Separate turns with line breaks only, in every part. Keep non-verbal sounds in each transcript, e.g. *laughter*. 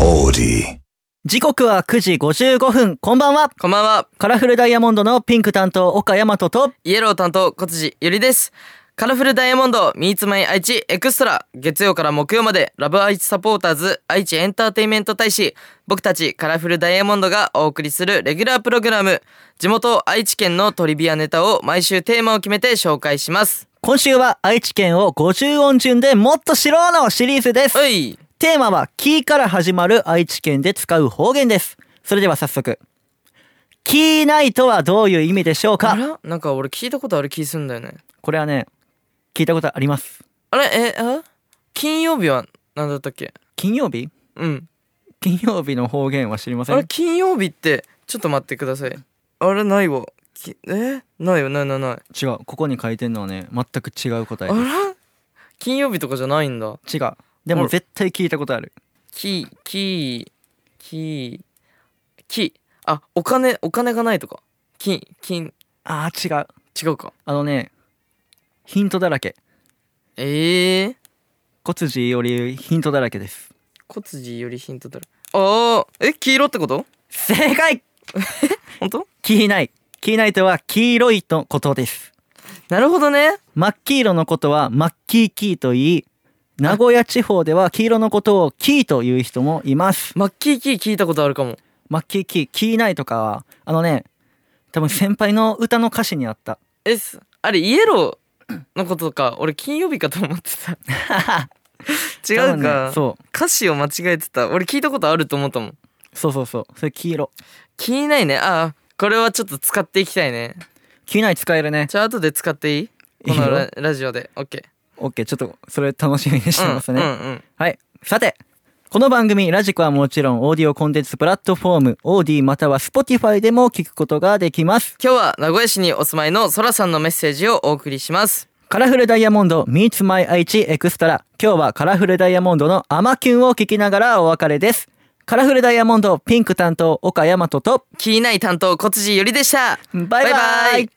オーデ
時刻は9時55分こんばんは
こんばんは。
カラフルダイヤモンドのピンク担当岡大和と
イエロー担当、小辻ゆりです。カラフルダイヤモンド、ミーツマイ愛知エクストラ。月曜から木曜まで、ラブ愛知サポーターズ、愛知エンターテインメント大使、僕たちカラフルダイヤモンドがお送りするレギュラープログラム。地元愛知県のトリビアネタを毎週テーマを決めて紹介します。
今週は愛知県を50音順でもっと知ろうのシリーズです
おい
テーマは「キー」から始まる愛知県で使う方言ですそれでは早速「キーナイト」はどういう意味でしょう
あ
から
なんか俺聞いたことある気すんだよね。
これはね聞いたことあります
あれえ、あ金曜日は何だったっけ
金曜日
うん。
金曜日の方言は知りませ
あれ
ん
金曜日って、ちょっと待ってください。あれないわ。きえないよ、ないないない。
違うここに書いてんのはね全く違う答え
あ
で
ら金曜日とかじゃないんだ。
す違うで
あ
も
ら
絶対聞いたことある
き、き、き、き、あ、お金、お金がないとか。金、金、
あー違う
違うか。
あのねヒントだらけ
ええー、
小辻よりヒントだらけです
小辻よりヒントだろ。ああ、え、黄色ってこと
正解
本当
キーナイキーナイトは黄色いのことです
なるほどね。
真っ黄色のことは真っ黄キーと言い名古屋地方では黄色のことをキーという人もいます
マッキーキー聞いたことあるかも。
真っ黄キーキーナイとかはあのね多分先輩の歌の歌詞にあった
え、すあれ、イエローのことか。俺、金曜日かと思ってた。違
多
う
分ね
か。
そ
歌詞を間違えてた。俺、聞いたことあると思ったもん。
うそうそうそうそれ黄色
気にないね。ああ、これはちょっと使っていきたいね。
キーナイ使えるね
じゃあ後で使っていい
いい
こ
よ
のララジオで。オッケ
オッケーちょっとそれ楽しみにして
ー。
ますね、
うんうんうん。
はい。さて、この番組、ラジコはもちろん、オーディオコンテンツプラットフォーム、オーディまたは Spotify でも聞くことができます。
今日は名古屋市にお住まいのそらさんのメッセージをお送りします。
カラフルダイヤモンド Meets My 愛知エクストラ。今日はカラフルダイヤモンドのアマキュンを聞きながらお別れです。カラフルダイヤモンドピンク担当岡山とと、
気にない担当小辻ゆりでした。
バイバイ
バイバイ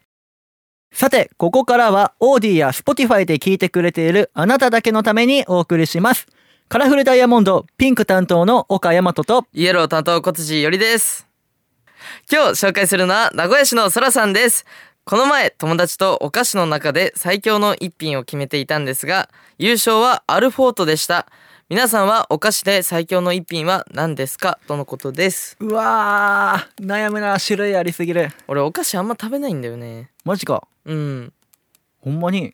さて、ここからはオーディや Spotify で聞いてくれているあなただけのためにお送りします。カラフルダイヤモンドピンク担当の岡山とと、
イエロー担当小辻よりです。今日紹介するのは名古屋市のそらさんです。この前友達とお菓子の中で最強の一品を決めていたんですが、優勝はアルフォートでした。皆さんはお菓子で最強の一品は何ですかとのことです。
うわー悩むな種類ありすぎる
俺お菓子あんま食べないんだよね。
マジか
うん。
ほんまに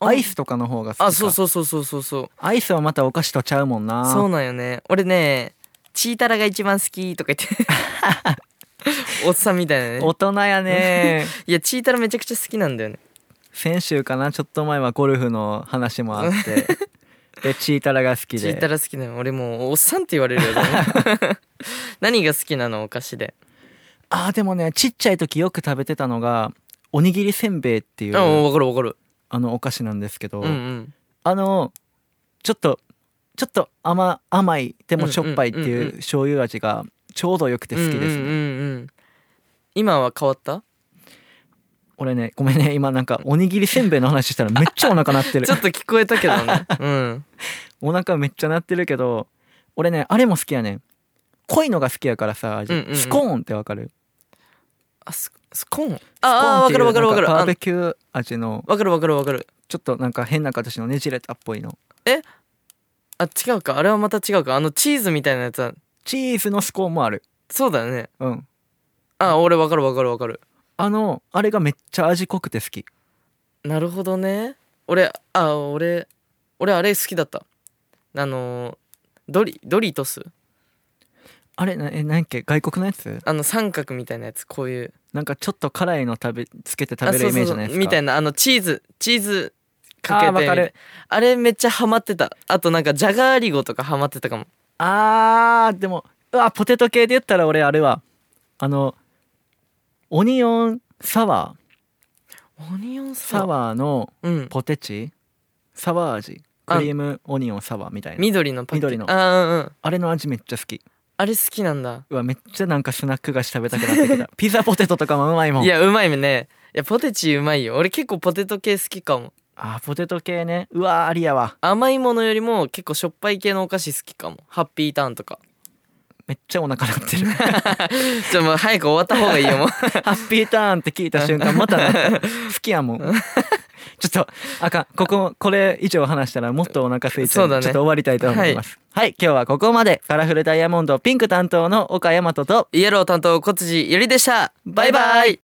あ
アイスとかの方が好きか
あ、そうそうそうそうそうそう。
アイスはまたお菓子とちゃうもんな
そうなんよね。俺ね、チータラが一番好きとか *laughs* 言って。おっさんみたいなね
大。人やね
いや、チータラめちゃくちゃ好きなんだよね。
先週かなちょっと前はゴルフの話もあって
*laughs*
でチータラが好き
チータ
で
ラ好きなの。俺もうおっさんって言われるよね。 *laughs* 何が好きなのお菓子で。
あーでもねちっちゃい時よく食べてたのがおにぎりせんべいっていう
あ、もう
あ
わかるわかる。
のお菓子なんですけど、
うんうん。
あのちょっとちょっと甘甘いでもしょっぱいって
うんうんうん
いうう醤油味がちょうどよくて好きですね、
うんうんうんうん。今は変わった
俺ねごめんね今なんかおにぎりせんべいの話したらめっちゃお腹鳴ってる
ちょっと聞こえたけど *laughs* ね。うん。
お腹めっちゃ鳴ってるけど俺ねあれも好きやねん濃いのが好きやからさ、味
うんうんうん
スコーンってわかる
あ、ススコーン。
スコーン
ああ、
っ
わ
てい
か
う
るわかるわかる。
なん
あ
バーベキュー味の
わかるわかるわかる。
ちょっとなんか変な形のねじれたっぽいの
あ、違うか。あれはまた違うか。あのチーズみたいなやつは。
チーズのスコーンもある
そうだよね。
うん
あ俺わかるわかるわかる
あのあれがめっちゃ味濃くて好き
なるほどね俺あ俺俺あれ好きだったあのードリドリトス
あれなえ何やっけ外国のやつ
あの三角みたいなやつこういう
なんかちょっと辛いの食べつけて
あ
食べるイメージじ
そ
ゃ
う
な
そ
いうです
そう
か
みたいなあのチーズチーズかけて
あーわかる
みたいあれめっちゃハマってたあとなんかジャガーリゴとかハマってたかも
あーでもうわポテト系で言ったら俺あれはあのオニオンサワー
オニオンサ
サ
ワー
ワーの
うん
ポテチサワー味クリームオニオンサワーみたいな
緑のパッケージ
緑の
あーうんうん
あれの味めっちゃ好き
あれ好きなんだ
うわめっちゃなんかスナック菓子食べたくなってき
*laughs*
たピザポテトとかもうまいもん
いやうまいねいやポテチうまいよ俺結構ポテト系好きかも
あーポテト系ねうわーありやわ
甘いものよりも結構しょっぱい系のお菓子好きかもハッピーターンとか *laughs*
めっちゃお腹鳴ってる
ちょっともう早く終わった方がいいよもう *laughs*
ハッピーターンって聞いた瞬間またね好きやもんちょっとあかんこここれ以上話したらもっとお腹空いちゃ
そう
う
だね
ちょっと終わりたいと思いますはい、今日はここまでカラフルダイヤモンドピンク担当の岡大和と
イエロー担当小辻ゆりでしたバイバイ